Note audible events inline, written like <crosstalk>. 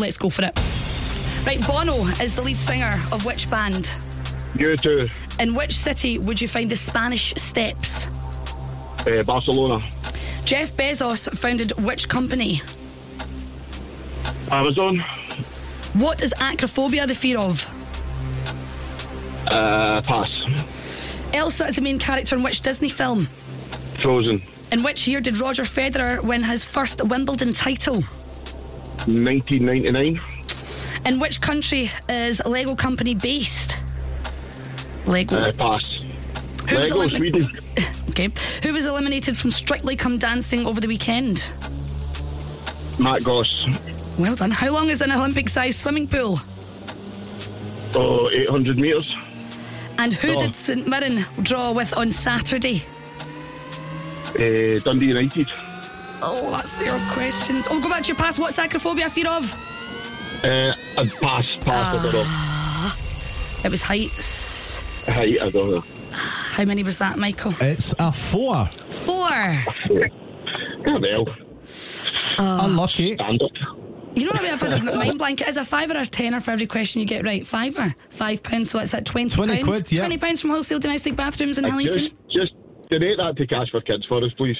Let's go for it. Right, Bono is the lead singer of which band? You too, In which city would you find the Spanish Steps? uh, Barcelona. Jeff Bezos founded which company? Amazon. What is acrophobia the fear of? Uh, pass. Elsa is the main character in which Disney film? Frozen. In which year did Roger Federer win his first Wimbledon title? 1999. In which country is Lego Company based? Lego. Uh, pass. Who's Lego, Olympi- Sweden. Okay. Who was eliminated from Strictly Come Dancing over the weekend? Matt Goss. Well done. How long is an Olympic sized swimming pool? Oh, 800 metres. And who Oh. did St Mirren draw with on Saturday? Uh, Dundee United. Oh, that's zero questions. Oh, go back to your past. What's acrophobia fear of? Uh, I'd pass. Pass. I don't know. It was heights. Height, I don't know. How many was that, Michael? It's a four. Four. Yeah, well, Unlucky. standard. You know what I mean? I've <laughs> had a mind blank. It is a fiver or a tenner for every question you get right. Fiver. Five pounds, so it's at 20 20 pounds. quid, yeah. 20 pounds from wholesale domestic bathrooms in Just, Hillington. just donate that to Cash for Kids for us, please.